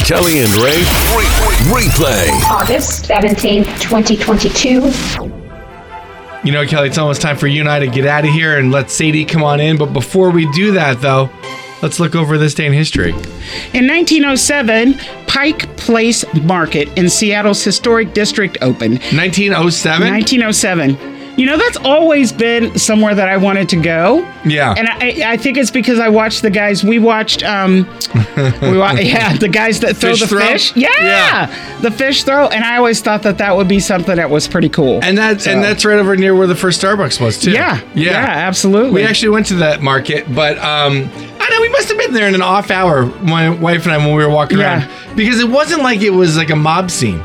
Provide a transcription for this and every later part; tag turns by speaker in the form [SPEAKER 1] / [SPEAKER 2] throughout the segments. [SPEAKER 1] Kelly and Ray replay.
[SPEAKER 2] August 17th, 2022.
[SPEAKER 3] You know, Kelly, it's almost time for you and I to get out of here and let Sadie come on in. But before we do that, though, let's look over this day in history.
[SPEAKER 4] In 1907, Pike Place Market in Seattle's historic district opened.
[SPEAKER 3] 1907.
[SPEAKER 4] 1907. You know, that's always been somewhere that I wanted to go.
[SPEAKER 3] yeah.
[SPEAKER 4] And I, I think it's because I watched the guys. We watched, um, we wa- yeah, the guys that throw
[SPEAKER 3] Fish
[SPEAKER 4] the
[SPEAKER 3] throw?
[SPEAKER 4] fish. Yeah,
[SPEAKER 3] Yeah.
[SPEAKER 4] the fish throw. And I always thought that that would be something that was pretty cool.
[SPEAKER 3] and that's and that's right over near where the first Starbucks was too.
[SPEAKER 4] yeah,
[SPEAKER 3] Yeah.
[SPEAKER 4] yeah, absolutely.
[SPEAKER 3] We actually went to that market, but um, I know we must have been there in an off hour. My wife and I when we were walking
[SPEAKER 4] Yeah.
[SPEAKER 3] around because it wasn't like it was like a mob scene.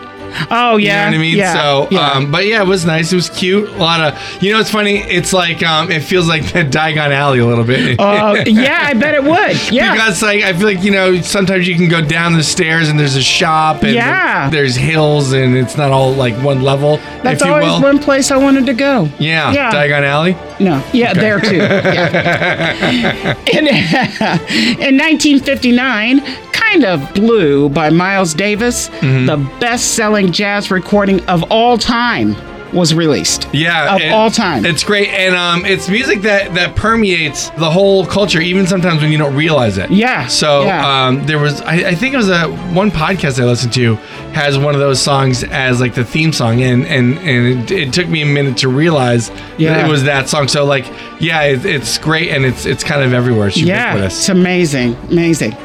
[SPEAKER 4] oh
[SPEAKER 3] You
[SPEAKER 4] yeah,
[SPEAKER 3] know what I mean?
[SPEAKER 4] yeah,
[SPEAKER 3] so,
[SPEAKER 4] yeah.
[SPEAKER 3] um, but yeah, it was nice. It was cute. A lot of, you know, it's funny. It's like, um, it feels like the Diagon Alley a little bit.
[SPEAKER 4] Uh, yeah, I bet it would. Yeah,
[SPEAKER 3] Because like I feel like you know sometimes you can go down the stairs and there's a shop and
[SPEAKER 4] Yeah.
[SPEAKER 3] there's hills and it's not all like one level
[SPEAKER 4] that's
[SPEAKER 3] if you
[SPEAKER 4] always
[SPEAKER 3] will.
[SPEAKER 4] one place I wanted to go.
[SPEAKER 3] yeah,
[SPEAKER 4] yeah.
[SPEAKER 3] Diagon Alley.
[SPEAKER 4] No. Yeah, there too. Yeah. in, in 1959, Kind of Blue by Miles Davis,
[SPEAKER 3] Mm-hmm.
[SPEAKER 4] the best selling jazz recording of all time, was released.
[SPEAKER 3] Yeah,
[SPEAKER 4] Of
[SPEAKER 3] it-
[SPEAKER 4] all time.
[SPEAKER 3] It's great, and um, it's music that that permeates the whole culture, even sometimes when you don't realize it.
[SPEAKER 4] Yeah,
[SPEAKER 3] So
[SPEAKER 4] yeah.
[SPEAKER 3] um, there was, I, I think it was a one podcast I listened to has one of those songs as like the theme song, and and and it, it took me a minute to realize that
[SPEAKER 4] Yeah.
[SPEAKER 3] it was that song. So like, yeah, it, it's great, and it's it's kind of everywhere. It's
[SPEAKER 4] yeah,
[SPEAKER 3] ubiquitous.
[SPEAKER 4] it's amazing. Amazing.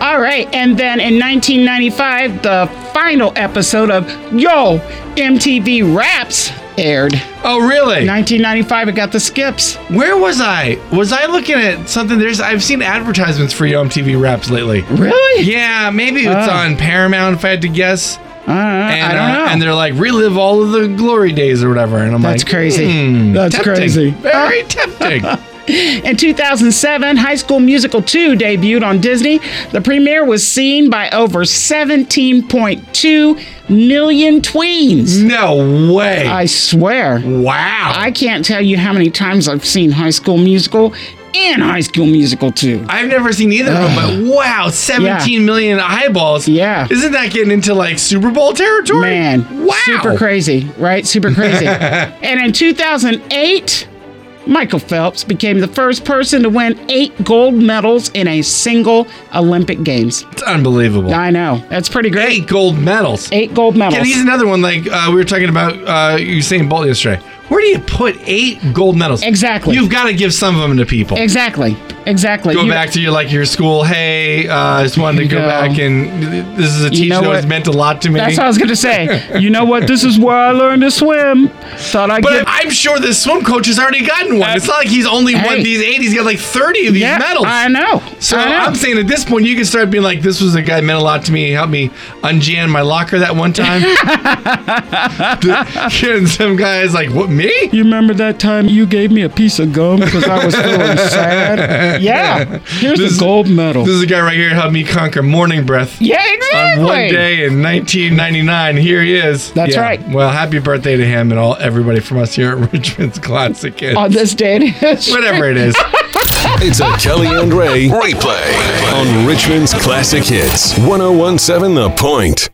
[SPEAKER 4] All right. And then in 1995, the final episode of Yo MTV Raps aired.
[SPEAKER 3] Oh really?
[SPEAKER 4] 1995, it got the skips.
[SPEAKER 3] Where was I? Was I looking at something? There's I've seen advertisements for Yo MTV Raps lately.
[SPEAKER 4] Really?
[SPEAKER 3] Yeah, maybe it's
[SPEAKER 4] Oh.
[SPEAKER 3] on Paramount if I had to guess.
[SPEAKER 4] Uh, I
[SPEAKER 3] And,
[SPEAKER 4] don't
[SPEAKER 3] uh,
[SPEAKER 4] know.
[SPEAKER 3] and they're like, relive all of the glory days or whatever. And I'm
[SPEAKER 4] That's
[SPEAKER 3] like,
[SPEAKER 4] crazy.
[SPEAKER 3] "Hmm,
[SPEAKER 4] That's
[SPEAKER 3] tempting.
[SPEAKER 4] crazy. Uh,
[SPEAKER 3] Very tempting.
[SPEAKER 4] In 2007, High School Musical 2 debuted on Disney. The premiere was seen by over 17.2 million
[SPEAKER 3] Hmm.
[SPEAKER 4] tweens.
[SPEAKER 3] No way.
[SPEAKER 4] I swear.
[SPEAKER 3] wow.
[SPEAKER 4] I can't tell you how many times I've seen High School Musical and High School Musical 2.
[SPEAKER 3] I've never seen either of them, but wow, seventeen million eyeballs.
[SPEAKER 4] Yeah.
[SPEAKER 3] Isn't that getting into like Super Bowl territory?
[SPEAKER 4] Man,
[SPEAKER 3] Wow.
[SPEAKER 4] super crazy, right? Super crazy. and in 2008, Michael Phelps became the first person to win eight gold medals in a single Olympic Games.
[SPEAKER 3] It's unbelievable.
[SPEAKER 4] I know. That's pretty great.
[SPEAKER 3] Eight gold medals.
[SPEAKER 4] Eight gold medals.
[SPEAKER 3] And he's another one like uh, we were talking about uh, Usain Bolt yesterday. Where do you put eight gold medals?
[SPEAKER 4] Exactly.
[SPEAKER 3] You've got to give some of them to people.
[SPEAKER 4] Exactly. Exactly.
[SPEAKER 3] Go
[SPEAKER 4] You-
[SPEAKER 3] back to your like your school. Hey, uh, I just wanted to go
[SPEAKER 4] No.
[SPEAKER 3] back and this is a teacher
[SPEAKER 4] know
[SPEAKER 3] that was
[SPEAKER 4] what?
[SPEAKER 3] meant a lot to me.
[SPEAKER 4] That's what I was gonna say. You know what? This is where I learned to swim. Thought I
[SPEAKER 3] but
[SPEAKER 4] get.
[SPEAKER 3] I'm sure the swim coach has already gotten one. it's not like he's only won
[SPEAKER 4] Hey.
[SPEAKER 3] these eight. He's got like 30 of these
[SPEAKER 4] yeah,
[SPEAKER 3] medals.
[SPEAKER 4] I know.
[SPEAKER 3] So
[SPEAKER 4] I know.
[SPEAKER 3] I'm saying at this point, you can start being like, this was a guy that meant a lot to me. He helped me unjam my locker that one time. and some guy is like, what, me?
[SPEAKER 4] you remember that time you gave me a piece of gum because I was feeling sad? Yeah. Here's
[SPEAKER 3] This
[SPEAKER 4] a
[SPEAKER 3] is-
[SPEAKER 4] gold medal.
[SPEAKER 3] This is a guy right here who helped me conquer morning breath.
[SPEAKER 4] yeah,
[SPEAKER 3] On
[SPEAKER 4] exactly.
[SPEAKER 3] one day in 1999, here he is.
[SPEAKER 4] That's right.
[SPEAKER 3] Well, happy birthday to him and all everybody from us here at Richmond's Classic Kids.
[SPEAKER 4] On this day. and age.
[SPEAKER 3] Whatever it is.
[SPEAKER 1] It's a Kelly and Ray replay on Richmond's Classic Hits 1017 The Point.